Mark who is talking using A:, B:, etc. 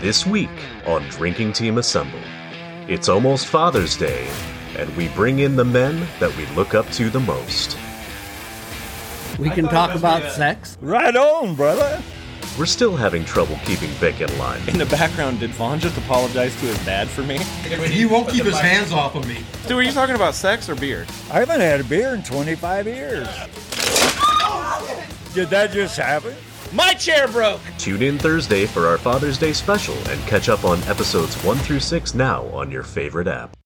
A: This week on Drinking Team Assemble, it's almost Father's Day, and we bring in the men that we look up to the most.
B: We can talk about sex.
C: Right on, brother.
A: We're still having trouble keeping Vic in line.
C: In the background, did Vaughn just apologize to his dad for me?
D: He won't keep his hands off of me.
E: Dude, are you talking about sex or beer?
C: I haven't had a beer in 25 years. Did that just happen?
E: My chair broke.
A: Tune in Thursday for our Father's Day special and catch up on episodes 1 through 6 now on your favorite app.